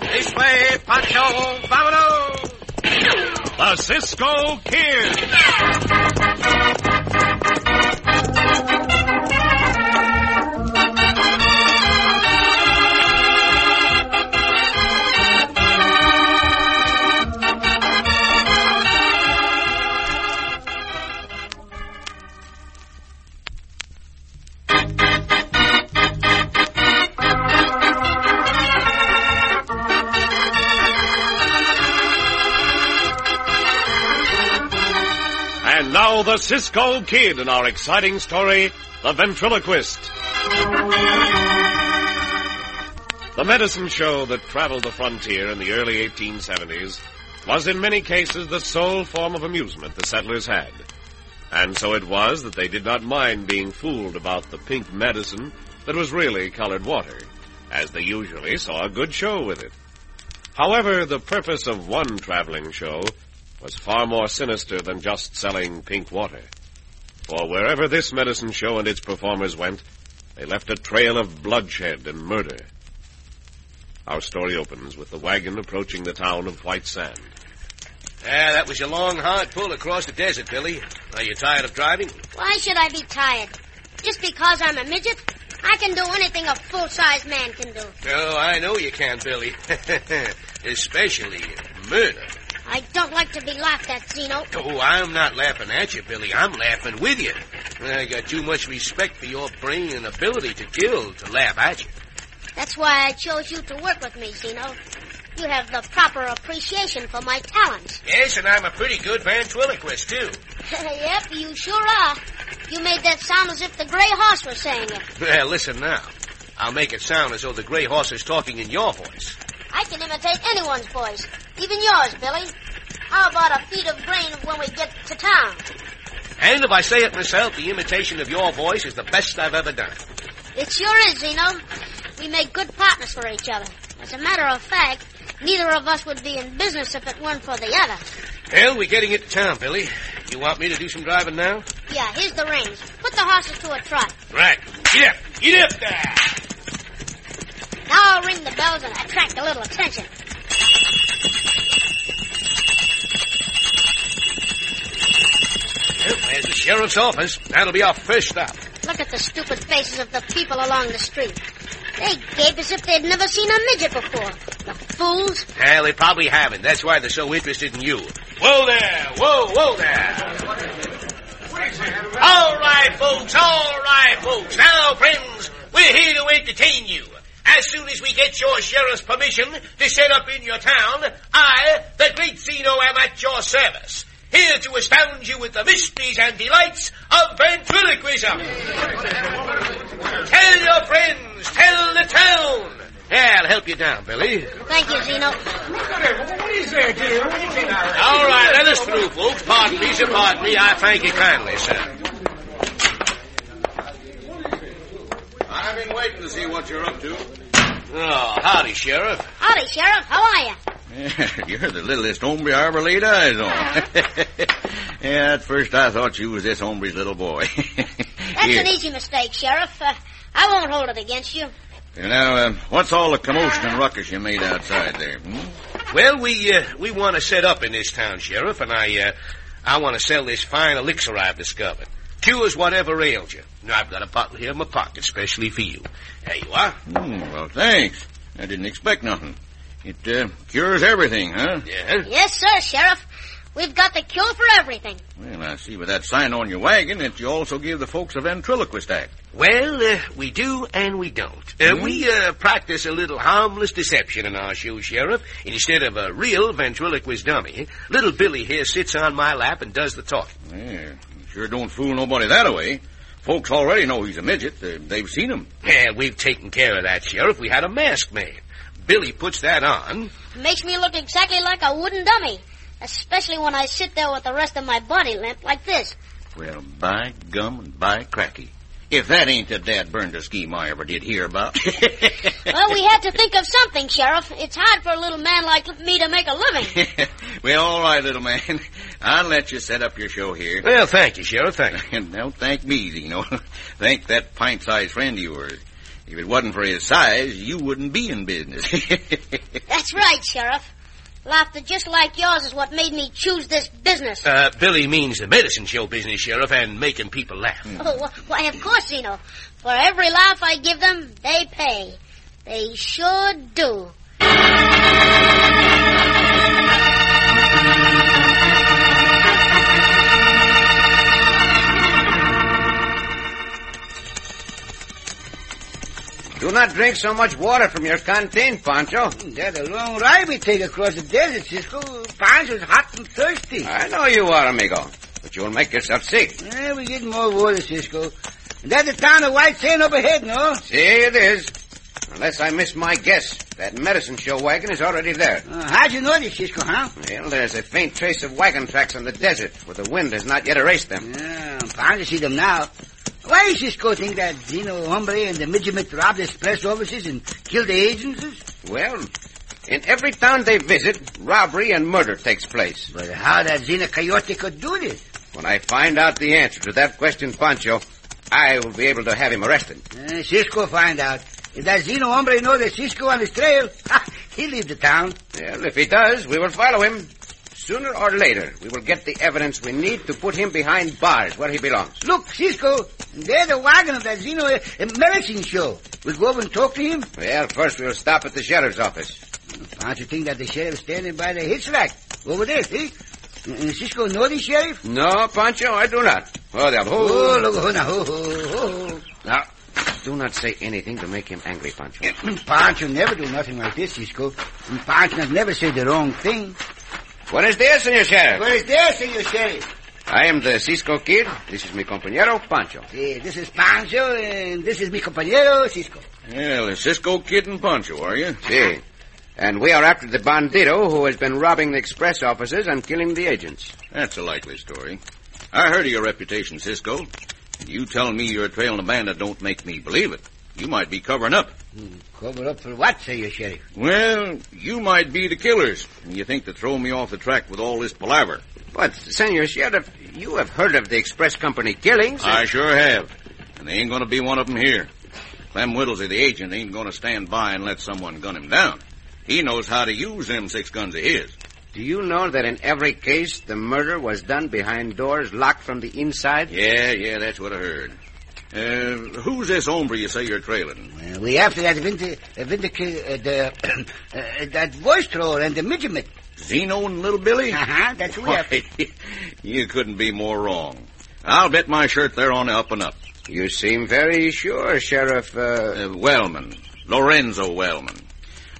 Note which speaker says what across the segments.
Speaker 1: This way, Pancho! Vámonos!
Speaker 2: The Cisco Kid. And now the Cisco Kid in our exciting story, The Ventriloquist. The medicine show that traveled the frontier in the early 1870s was in many cases the sole form of amusement the settlers had. And so it was that they did not mind being fooled about the pink medicine that was really colored water, as they usually saw a good show with it. However, the purpose of one traveling show was far more sinister than just selling pink water. For wherever this medicine show and its performers went, they left a trail of bloodshed and murder. Our story opens with the wagon approaching the town of White Sand.
Speaker 3: Ah,
Speaker 1: Yeah, that was your long, hard pull across the desert, Billy. Are you tired of driving?
Speaker 4: Why should I be tired? Just because I'm a midget? I can do anything a full-sized man can do.
Speaker 1: Oh, I know you can, Billy. Especially murder.
Speaker 4: I don't like to be laughed at, Zeno.
Speaker 1: Oh, I'm not laughing at you, Billy. I'm laughing with you. I got too much respect for your brain and ability to kill to laugh at you.
Speaker 4: That's why I chose you to work with me, Zeno. You have the proper appreciation for my talents.
Speaker 1: Yes, and I'm a pretty good ventriloquist, too.
Speaker 4: yep, you sure are. You made that sound as if the gray horse was saying it.
Speaker 1: Well, listen now. I'll make it sound as though the gray horse is talking in your voice.
Speaker 4: I can imitate anyone's voice, even yours, Billy. How about a feed of grain when we get to town?
Speaker 1: And if I say it myself, the imitation of your voice is the best I've ever done.
Speaker 4: It sure is, Zeno. We make good partners for each other. As a matter of fact, neither of us would be in business if it weren't for the other.
Speaker 1: Well, we're getting into town, Billy. You want me to do some driving now?
Speaker 4: Yeah, here's the reins. Put the horses to a trot.
Speaker 1: Right. Get up. Get up there.
Speaker 4: Now I'll ring the bells and attract a little attention.
Speaker 1: Well, there's the sheriff's office. That'll be our first stop.
Speaker 4: Look at the stupid faces of the people along the street. They gape as if they'd never seen a midget before. The fools.
Speaker 1: Well, they probably haven't. That's why they're so interested in you. Whoa there! Whoa, whoa there! All right, folks, all right, folks. Now, friends, we're here to entertain you. As soon as we get your sheriff's permission to set up in your town, I, the great Zeno, am at your service. Here to astound you with the mysteries and delights of ventriloquism. Tell your friends, tell the town. Yeah, I'll help you down, Billy.
Speaker 4: Thank you, Zeno.
Speaker 1: All right, let us through, folks. Pardon me, sir. Pardon me. I thank you kindly, sir.
Speaker 3: I've been waiting to see what you're up to.
Speaker 1: Oh, howdy, Sheriff.
Speaker 4: Howdy, Sheriff. How are you?
Speaker 3: you're the littlest hombre I ever laid eyes on. yeah, at first I thought you was this hombre's little boy.
Speaker 4: That's
Speaker 3: Here.
Speaker 4: an e- easy mistake, Sheriff. Uh, I won't hold it against you.
Speaker 3: You know, um, what's all the commotion and ruckus you made outside there? Hmm?
Speaker 1: Well, we uh, we want to set up in this town, Sheriff, and I uh, I want to sell this fine elixir I've discovered. Cures whatever ails you. Now, I've got a bottle here in my pocket, specially for you. There you are.
Speaker 3: Hmm, well, thanks. I didn't expect nothing. It uh, cures everything, huh?
Speaker 1: Yeah.
Speaker 4: Yes, sir, Sheriff. We've got the cure for everything.
Speaker 3: Well, I see with that sign on your wagon that you also give the folks a ventriloquist act.
Speaker 1: Well, uh, we do and we don't. Uh, We uh, practice a little harmless deception in our show, Sheriff. Instead of a real ventriloquist dummy, little Billy here sits on my lap and does the talking.
Speaker 3: Yeah, you sure don't fool nobody that way. Folks already know he's a midget. They, they've seen him.
Speaker 1: Yeah, we've taken care of that, Sheriff. We had a mask made. Billy puts that on.
Speaker 4: It makes me look exactly like a wooden dummy. Especially when I sit there with the rest of my body limp like this.
Speaker 3: Well, by gum and by cracky. If that ain't the dad burned a scheme I ever did hear about.
Speaker 4: Well, we had to think of something, Sheriff. It's hard for a little man like me to make a living.
Speaker 3: well, all right, little man. I'll let you set up your show here.
Speaker 1: Well, thank you, Sheriff. Thank you.
Speaker 3: And don't thank me, Zeno. thank that pint-sized friend of yours. If it wasn't for his size, you wouldn't be in business.
Speaker 4: That's right, Sheriff. Laughter just like yours is what made me choose this business.
Speaker 1: Uh, Billy means the medicine show business, Sheriff, and making people laugh.
Speaker 4: Oh, wh- why, of course, Zeno. For every laugh I give them, they pay. They sure do.
Speaker 5: Do not drink so much water from your canteen, Pancho.
Speaker 6: That a long ride we take across the desert, Cisco. Pancho's hot and thirsty.
Speaker 5: I know you are, amigo, but you'll make yourself sick.
Speaker 6: Eh, we get more water, Cisco. And that's the town of White Sand up ahead, no?
Speaker 5: See, it is. Unless I miss my guess, that medicine show wagon is already there.
Speaker 6: Uh, how'd you know this, Cisco, huh?
Speaker 5: Well, there's a faint trace of wagon tracks in the desert, where the wind has not yet erased them.
Speaker 6: Yeah, Pancho see them now. Why Cisco think that Zeno Hombre and the midget robbed his press offices and killed the agencies?
Speaker 5: Well, in every town they visit, robbery and murder takes place.
Speaker 6: But how that Zeno Coyote could do this?
Speaker 5: When I find out the answer to that question, Pancho, I will be able to have him arrested.
Speaker 6: Uh, Cisco find out. If that Zeno Hombre know that Cisco on his trail, ha, he leave the town.
Speaker 5: Well, if he does, we will follow him. Sooner or later, we will get the evidence we need to put him behind bars where he belongs.
Speaker 6: Look, Cisco, there's the wagon of that Zeno uh, medicine show. We go over and talk to him.
Speaker 5: Well, first we'll stop at the sheriff's office.
Speaker 6: Don't you think that the sheriff's standing by the hitchrack over there, see? And Cisco know the sheriff?
Speaker 5: No, Pancho, I do not. Oh, the
Speaker 6: Oh,
Speaker 5: whole...
Speaker 6: look, oh, now, oh, oh,
Speaker 5: Now, do not say anything to make him angry, Pancho.
Speaker 6: oh. Pancho never do nothing like this, Cisco. And Pancho never say the wrong thing.
Speaker 5: What is this, Senor Sheriff?
Speaker 6: Where is there, senor sheriff?
Speaker 5: I am the Cisco Kid. This is mi compañero, Pancho.
Speaker 6: Eh, this is Pancho, and this is mi compañero, Cisco.
Speaker 3: well, the Cisco Kid and Pancho, are you?
Speaker 5: See. And we are after the bandito who has been robbing the express offices and killing the agents.
Speaker 3: That's a likely story. I heard of your reputation, Cisco. And You telling me you're trailing a bandit don't make me believe it. You might be covering up.
Speaker 6: Cover up for what, senor sheriff?
Speaker 3: Well, you might be the killers. And you think to throw me off the track with all this palaver.
Speaker 5: But, Senor Sheriff, you have heard of the express company killings.
Speaker 3: I sure have. And they ain't gonna be one of them here. Clem Whittlesey, the agent, ain't gonna stand by and let someone gun him down. He knows how to use them six guns of his.
Speaker 5: Do you know that in every case the murder was done behind doors locked from the inside?
Speaker 3: Yeah, yeah, that's what I heard. Uh, who's this hombre you say you're trailing?
Speaker 6: Uh, we after that vindic- uh, vindic- uh, the, uh, that voice thrower and the midget.
Speaker 3: Zeno and Little Billy?
Speaker 6: Uh-huh, that's who we after.
Speaker 3: Why, you couldn't be more wrong. I'll bet my shirt they're on the up and up.
Speaker 5: You seem very sure, Sheriff. Uh,
Speaker 3: Uh, Wellman. Lorenzo Wellman.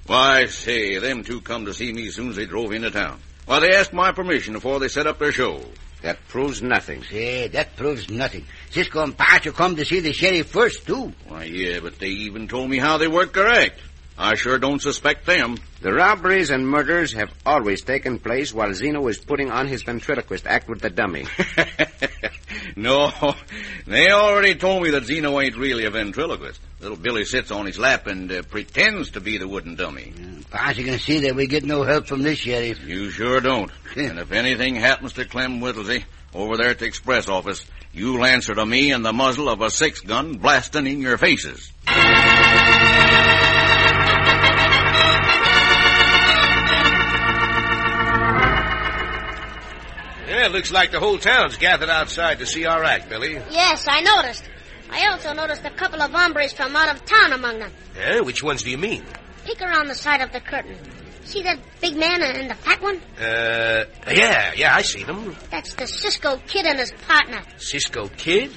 Speaker 3: Why, say, them two come to see me as soon as they drove into town. Why, they asked my permission before they set up their show.
Speaker 5: that proves nothing.
Speaker 6: Say, that proves nothing. Cisco and Pancho come to see the sheriff first, too.
Speaker 3: Why, yeah, but they even told me how they work correct. I sure don't suspect them.
Speaker 5: The robberies and murders have always taken place while Zeno is putting on his ventriloquist act with the dummy.
Speaker 3: no, they already told me that Zeno ain't really a ventriloquist. Little Billy sits on his lap and uh, pretends to be the wooden dummy.
Speaker 6: Pancho Uh, can see that we get no help from this sheriff.
Speaker 3: You sure don't. and if anything happens to Clem Whittlesey over there at the express office, you'll answer to me and the muzzle of a six gun blasting in your faces.
Speaker 1: Yeah, it looks like the whole town's gathered outside to see our act, Billy.
Speaker 4: Yes, I noticed. I also noticed a couple of hombres from out of town among them.
Speaker 1: Yeah, which ones do you mean?
Speaker 4: Peek around the side of the curtain. See that big man and the fat one?
Speaker 1: Uh, yeah, yeah, I seen him.
Speaker 4: That's the Cisco Kid and his partner.
Speaker 1: Cisco Kid?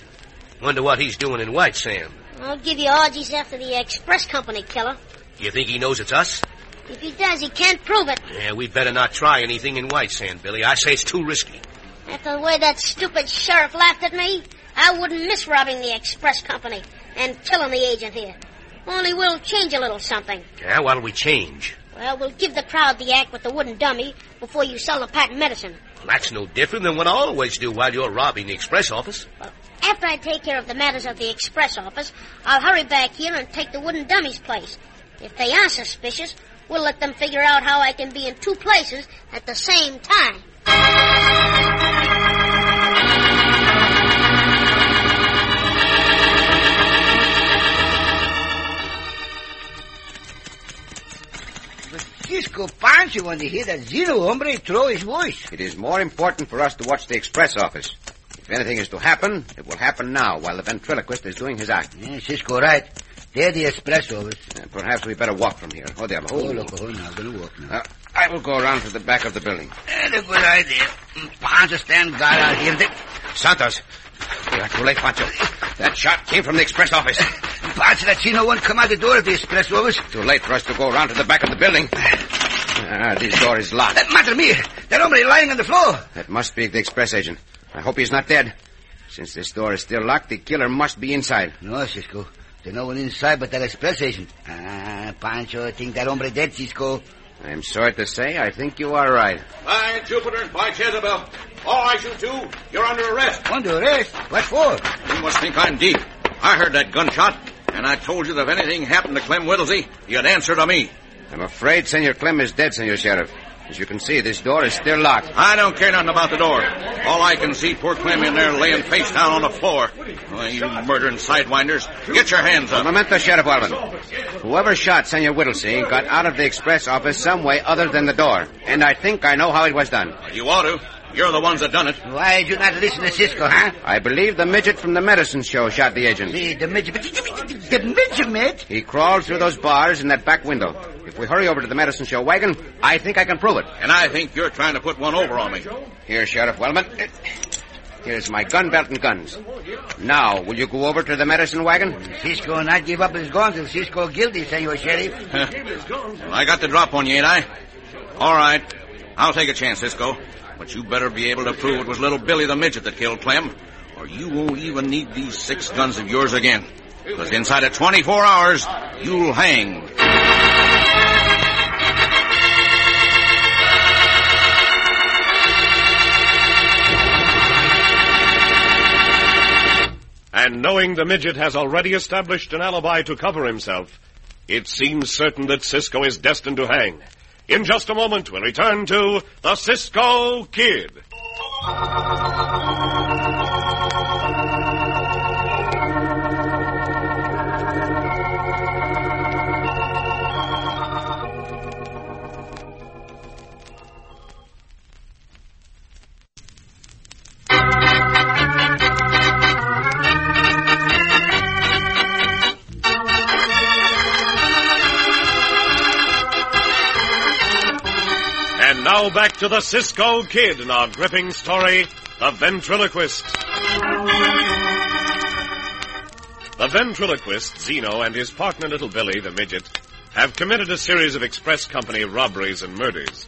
Speaker 1: Wonder what he's doing in White Sand.
Speaker 4: I'll give you orgies after the express company killer.
Speaker 1: You think he knows it's us?
Speaker 4: If he does, he can't prove it.
Speaker 1: Yeah, we better not try anything in White Sand, Billy. I say it's too risky.
Speaker 4: After the way that stupid sheriff laughed at me, I wouldn't miss robbing the express company and killing the agent here. Only we'll change a little something.
Speaker 1: Yeah, what'll we change?
Speaker 4: Well, we'll give the crowd the act with the wooden dummy before you sell the patent medicine.
Speaker 1: Well, that's no different than what I always do while you're robbing the express office.
Speaker 4: Well, after I take care of the matters of the express office, I'll hurry back here and take the wooden dummy's place. If they are suspicious, we'll let them figure out how I can be in two places at the same time.
Speaker 6: Cisco Pancho want to hear that Zeno hombre throw his voice.
Speaker 5: It is more important for us to watch the express office. If anything is to happen, it will happen now while the ventriloquist is doing his act.
Speaker 6: Yeah, Cisco right. They're the express office.
Speaker 5: And perhaps we better walk from here. Oh, there.
Speaker 6: Oh,
Speaker 5: Oh,
Speaker 6: look, oh, now, gonna walk now.
Speaker 5: Uh, I will go around to the back of the building.
Speaker 6: That's a good idea. Mm, Pancho stand guard out here. They-
Speaker 5: Santos, we are too late, Pancho. That shot came from the express office.
Speaker 6: Pancho that Zeno won't come out the door of the express office.
Speaker 5: Too late for us to go around to the back of the building. Ah, this door is locked.
Speaker 6: That matter me. That hombre lying on the floor.
Speaker 5: That must be the express agent. I hope he's not dead. Since this door is still locked, the killer must be inside.
Speaker 6: No, Cisco. There's no one inside but that express agent. Ah, Pancho, I think that hombre dead, Cisco.
Speaker 5: I'm sorry to say, I think you are right.
Speaker 3: By Jupiter and by Jezebel. All right, you two, you're under arrest.
Speaker 6: Under arrest? What for?
Speaker 3: You must think I'm deep. I heard that gunshot, and I told you that if anything happened to Clem Whittlesey, you'd answer to me.
Speaker 5: I'm afraid Senor Clem is dead, Senor Sheriff. As you can see, this door is still locked.
Speaker 3: I don't care nothing about the door. All I can see poor Clem in there laying face down on the floor. Why, you murdering sidewinders, get your hands
Speaker 5: A
Speaker 3: up.
Speaker 5: Memento, Sheriff Walvin. Whoever shot Senor Whittlesey got out of the express office some way other than the door. And I think I know how it was done.
Speaker 3: You ought to. You're the ones that done it.
Speaker 6: Why did you not listen to Cisco, huh?
Speaker 5: I believe the midget from the medicine show shot the agent.
Speaker 6: The, the midget. The midget?
Speaker 5: He crawled through those bars in that back window. If we hurry over to the medicine show wagon, I think I can prove it.
Speaker 3: And I think you're trying to put one over on me.
Speaker 5: Here, Sheriff Wellman. Here's my gun belt and guns. Now, will you go over to the medicine wagon?
Speaker 6: Cisco not give up his gun till Cisco guilty, senor sheriff.
Speaker 3: Well, I got the drop on you, ain't I? All right. I'll take a chance, Cisco. But you better be able to prove it was little Billy the midget that killed Clem, or you won't even need these six guns of yours again. Because inside of 24 hours, you'll hang.
Speaker 2: And knowing the midget has already established an alibi to cover himself, it seems certain that Cisco is destined to hang. In just a moment, we'll return to the Cisco Kid. And now back to the Cisco Kid in our gripping story, The Ventriloquist. The ventriloquist, Zeno, and his partner, Little Billy, the midget, have committed a series of express company robberies and murders.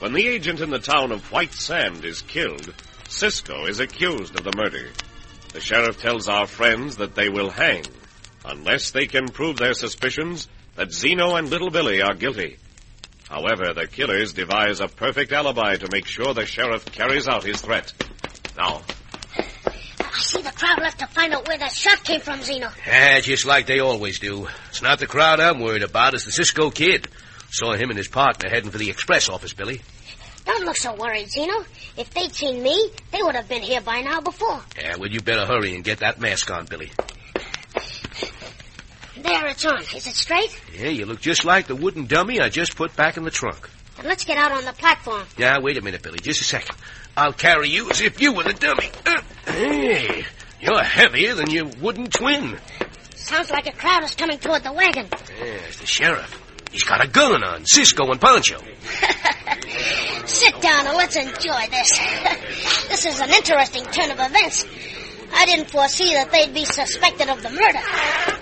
Speaker 2: When the agent in the town of White Sand is killed, Cisco is accused of the murder. The sheriff tells our friends that they will hang unless they can prove their suspicions that Zeno and Little Billy are guilty. However, the killers devise a perfect alibi to make sure the sheriff carries out his threat. Now,
Speaker 4: I see the crowd left to find out where that shot came from, Zeno.
Speaker 1: Yeah, just like they always do. It's not the crowd I'm worried about, it's the Cisco Kid. Saw him and his partner heading for the express office, Billy.
Speaker 4: Don't look so worried, Zeno. If they'd seen me, they would have been here by now before.
Speaker 1: Yeah, well, you better hurry and get that mask on, Billy.
Speaker 4: There, it's on. Is it straight?
Speaker 1: Yeah, you look just like the wooden dummy I just put back in the trunk.
Speaker 4: Then let's get out on the platform.
Speaker 1: Now, wait a minute, Billy. Just a second. I'll carry you as if you were the dummy. Uh, hey, you're heavier than your wooden twin.
Speaker 4: Sounds like a crowd is coming toward the wagon.
Speaker 1: There's the sheriff. He's got a gun on Cisco and Pancho.
Speaker 4: Sit down and let's enjoy this. this is an interesting turn of events. I didn't foresee that they'd be suspected of the murder.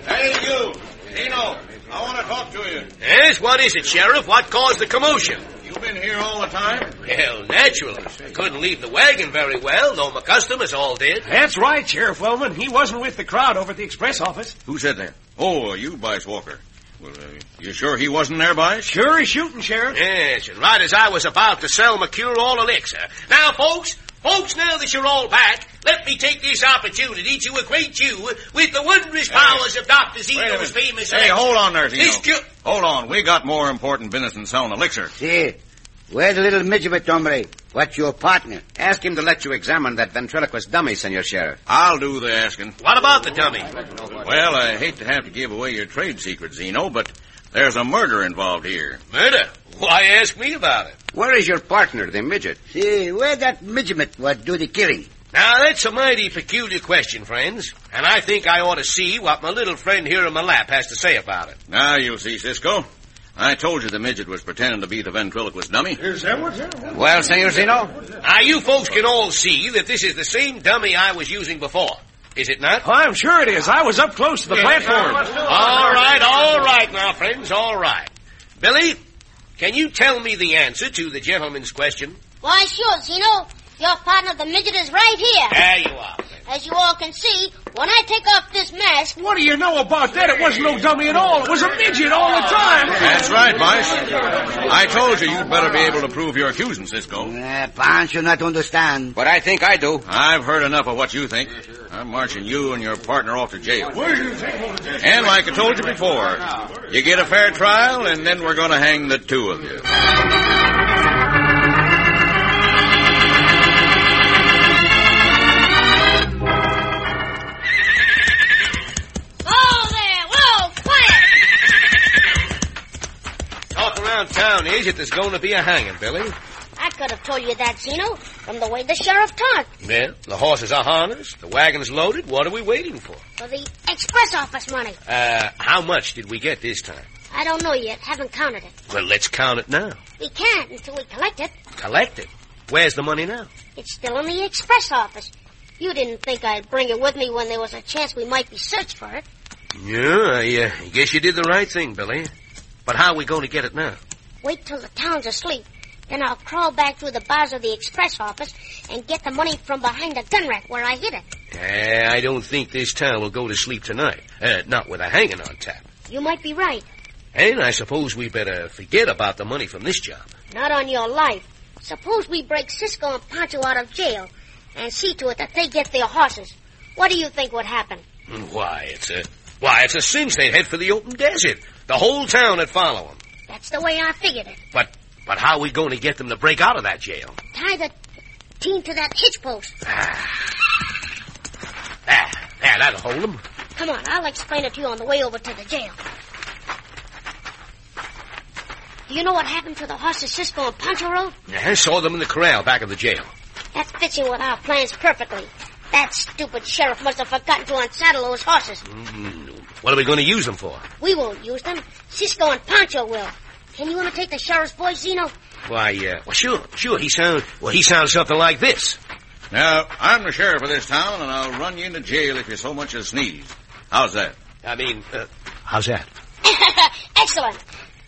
Speaker 3: Hey, you! Zeno, I want to talk to you.
Speaker 1: Yes, what is it, sheriff? What caused the commotion?
Speaker 3: You've been here all the time?
Speaker 1: Well, naturally. I couldn't leave the wagon very well, though my customers all did.
Speaker 7: That's right, Sheriff Wellman. He wasn't with the crowd over at the express office.
Speaker 3: Who said that? Oh, you, Bice Walker. Well, uh, you sure he wasn't there, Bice?
Speaker 5: Sure he's shooting, Sheriff.
Speaker 1: Yes, and right as I was about to sell McCure all elixir. Now, folks, folks, now that you're all back, let me take this opportunity to acquaint you with the wondrous powers of Dr. Zeno's famous...
Speaker 3: Hey, hold on there, Zeno.
Speaker 1: This ju-
Speaker 3: Hold on. We got more important business than selling elixir.
Speaker 6: See, where's the little midget, hombre? What's your partner?
Speaker 5: Ask him to let you examine that ventriloquist dummy, Senor Sheriff.
Speaker 3: I'll do the asking.
Speaker 1: What about the dummy?
Speaker 3: Well, I hate to have to give away your trade secret, Zeno, but there's a murder involved here.
Speaker 1: Murder? Why ask me about it?
Speaker 5: Where is your partner, the midget?
Speaker 6: See, where that midget what do the killing?
Speaker 1: Now, that's a mighty peculiar question, friends, and I think I ought to see what my little friend here in my lap has to say about it.
Speaker 3: Now you'll see, Cisco. I told you the midget was pretending to be the ventriloquist dummy.
Speaker 5: Well, Senor Zeno?
Speaker 1: Now, you folks can all see that this is the same dummy I was using before. Is it not?
Speaker 7: I'm sure it is. I was up close to the platform.
Speaker 1: All right, all right now, friends, all right. Billy, can you tell me the answer to the gentleman's question?
Speaker 4: Why, sure, Zeno. Your partner, the midget, is right here.
Speaker 1: There you are. friend.
Speaker 4: As you all can see, when I take off this mask,
Speaker 7: What do you know about that? It wasn't no dummy at all. It was a midget all the time.
Speaker 3: That's right, Bice. I told you you'd better be able to prove your accusing, Cisco.
Speaker 6: Uh, Pancho not understand.
Speaker 5: But I think I do.
Speaker 3: I've heard enough of what you think. I'm marching you and your partner off to jail. And like I told you before, you get a fair trial, and then we're going to hang the two of you.
Speaker 4: whoa there, whoa, quiet.
Speaker 1: Talk around town is that there's going to be a hanging, Billy.
Speaker 4: I could have told you that, Zeno, from the way the sheriff talked.
Speaker 1: Well, the horses are harnessed, the wagon's loaded. What are we waiting for?
Speaker 4: For the express office money.
Speaker 1: Uh, how much did we get this time?
Speaker 4: I don't know yet. Haven't counted it.
Speaker 1: Well, let's count it now.
Speaker 4: We can't until we collect it.
Speaker 1: Collect it. Where's the money now?
Speaker 4: It's still in the express office. You didn't think I'd bring it with me when there was a chance we might be searched for it.
Speaker 1: Yeah, I uh, guess you did the right thing, Billy. But how are we going to get it now?
Speaker 4: Wait till the town's asleep. Then I'll crawl back through the bars of the express office and get the money from behind the gun rack where I hid it.
Speaker 1: Eh, I don't think this town will go to sleep tonight. Uh, not with a hanging on tap.
Speaker 4: You might be right.
Speaker 1: And I suppose we better forget about the money from this job.
Speaker 4: Not on your life. Suppose we break Cisco and Pancho out of jail and see to it that they get their horses. What do you think would happen?
Speaker 1: Why, it's a why it's a cinch they'd head for the open desert. The whole town would follow them.
Speaker 4: That's the way I figured it.
Speaker 1: But but how are we going to get them to break out of that jail?
Speaker 4: Tie the team to that hitch post.
Speaker 1: There, there, Ah, that'll hold them.
Speaker 4: Come on, I'll explain it to you on the way over to the jail. Do you know what happened to the horses Cisco and Pancho rode?
Speaker 1: I Uh-huh, saw them in the corral back of the jail.
Speaker 4: That fits in with our plans perfectly. That stupid sheriff must have forgotten to unsaddle those horses.
Speaker 1: Hmm, What are we going to use them for?
Speaker 4: We won't use them. Cisco and Pancho will. Can you imitate the sheriff's voice, Zeno?
Speaker 1: Why, uh, well, sure, sure, he sounds, well, he sounds something like this.
Speaker 3: Now, I'm the sheriff of this town, and I'll run you into jail if you so much as sneeze. How's that?
Speaker 1: I mean, uh, how's that?
Speaker 4: Excellent.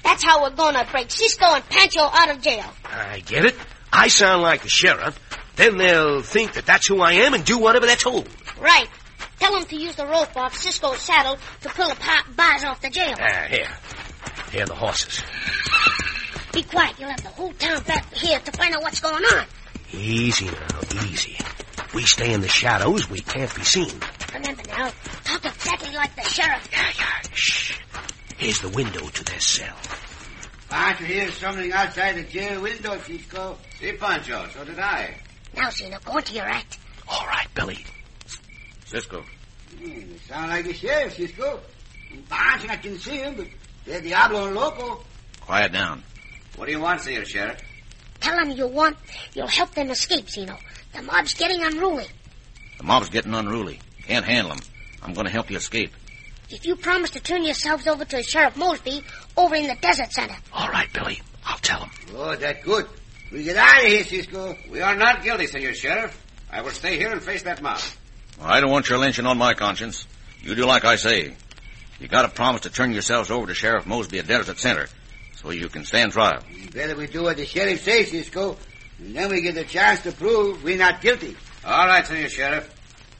Speaker 4: That's how we're gonna break Cisco and Pancho out of jail.
Speaker 1: I get it. I sound like the sheriff. Then they'll think that that's who I am and do whatever they're told.
Speaker 4: Right. Tell them to use the rope off Cisco's saddle to pull the pa- bars off the jail.
Speaker 1: Ah, here. Here are the horses.
Speaker 4: Be quiet. You'll have the whole town back here to find out what's going on.
Speaker 1: Easy now, easy. We stay in the shadows, we can't be seen.
Speaker 4: Remember now, talk exactly like the sheriff.
Speaker 1: Yeah, yeah, shh. Here's the window to their cell.
Speaker 6: Pancho hears something outside the jail window, Cisco.
Speaker 5: See, Pancho, so did I.
Speaker 4: Now, Zeno, go into your act.
Speaker 1: All right, Billy.
Speaker 3: Cisco.
Speaker 6: Hmm, sound like the sheriff, Cisco. And Pancho, I can see him, but they're Diablo and Loco.
Speaker 3: Quiet down.
Speaker 5: What do you want, Senor Sheriff?
Speaker 4: Tell them you want, you'll help them escape, Zeno. The mob's getting unruly.
Speaker 3: The mob's getting unruly. Can't handle 'em. I'm going to help you escape.
Speaker 4: If you promise to turn yourselves over to Sheriff Mosby over in the desert center.
Speaker 1: All right, Billy. I'll tell him.
Speaker 6: Oh, that good. We get out of here, Cisco.
Speaker 5: We are not guilty, Senor Sheriff. I will stay here and face that mob.
Speaker 3: Well, I don't want your lynching on my conscience. You do like I say. You got to promise to turn yourselves over to Sheriff Mosby at Desert Center so you can stand trial.
Speaker 6: Better we do what the sheriff says, Cisco. And then we get a chance to prove we're not guilty.
Speaker 5: All right, Senor Sheriff.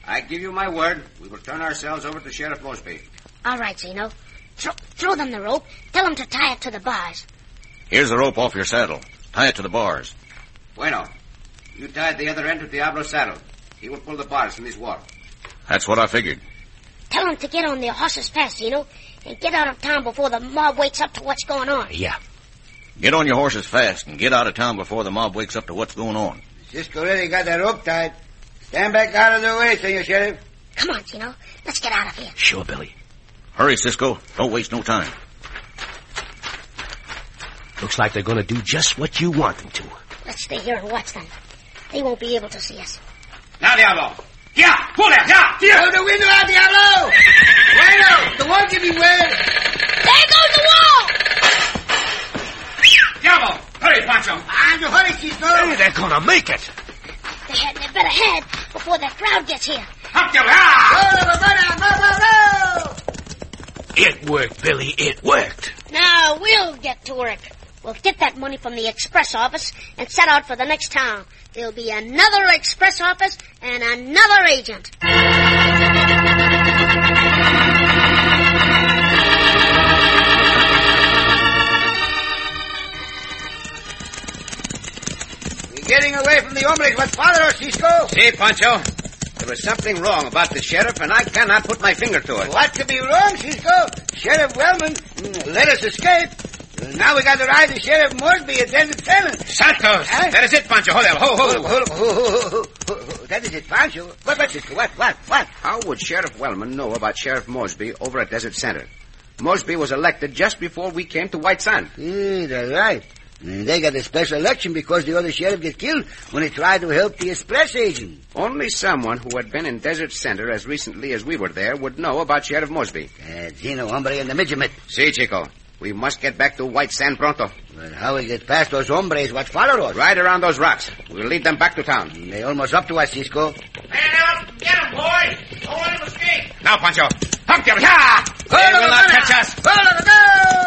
Speaker 5: I give you my word. We will turn ourselves over to Sheriff Mosby.
Speaker 4: All right, Zeno. Throw, throw them the rope. Tell them to tie it to the bars.
Speaker 3: Here's the rope off your saddle. Tie it to the bars.
Speaker 5: Bueno, you tie the other end to Diablo's saddle. He will pull the bars from this wall.
Speaker 3: That's what I figured.
Speaker 4: Tell them to get on their horses fast, Zeno, and get out of town before the mob wakes up to what's going on.
Speaker 1: Yeah.
Speaker 3: Get on your horses fast and get out of town before the mob wakes up to what's going on.
Speaker 6: Cisco really got that rope tied. Stand back out of the way, Senor Sheriff.
Speaker 4: Come on, Zeno. Let's get out of here.
Speaker 1: Sure, Billy.
Speaker 3: Hurry, Cisco. Don't waste no time.
Speaker 1: Looks like they're gonna do just what you want them to.
Speaker 4: Let's stay here and watch them. They won't be able to see us.
Speaker 5: Now, Diablo!
Speaker 7: Yeah, pull it. Yeah,
Speaker 6: Throw the window out, Diablo! bueno, the wall can be wet.
Speaker 4: There goes the wall!
Speaker 7: Diablo. Hurry, Pancho.
Speaker 6: I'm the hurry, Cisco.
Speaker 1: They're gonna make it.
Speaker 4: They had they better head before that crowd gets here.
Speaker 7: Up there. Ah!
Speaker 6: Hola, mamona, mamona!
Speaker 1: It worked, Billy. It worked.
Speaker 4: Now we'll get to work. We'll get that money from the express office and set out for the next town. There'll be another express office and another agent.
Speaker 6: We're getting away from the hombres, but father us, Cisco.
Speaker 5: See, Pancho? There was something wrong about the sheriff, and I cannot put my finger to it.
Speaker 6: What could be wrong, Cisco? Sheriff Wellman mm, let us escape. Now we got to ride to Sheriff Moresby at Desert Seven.
Speaker 5: Santos!
Speaker 6: Huh?
Speaker 5: That is it, Pancho. Hold on. Ho,
Speaker 6: Oh, oh, oh, oh, oh, oh, that is it, Pancho. What, what, Cisco? What, what, what?
Speaker 5: How would Sheriff Wellman know about Sheriff Mosby over at Desert Center? Mosby was elected just before we came to White Sand.
Speaker 6: Mm, that's right. Mm, They got a special election because the other sheriff get killed when he tried to help the express agent.
Speaker 5: Only someone who had been in Desert Center as recently as we were there would know about Sheriff Mosby.
Speaker 6: Uh, Zeno, hombre, and the midget.
Speaker 5: See, Chico, we must get back to White Sand pronto.
Speaker 6: But how we get past those hombres, what follow us?
Speaker 5: Right around those rocks. We'll lead them back to town.
Speaker 6: They almost up to us, Cisco.
Speaker 7: Man up. Get him, boy. Don't let him escape.
Speaker 5: Now, Pancho. Hump them. Yeah! They will not catch us.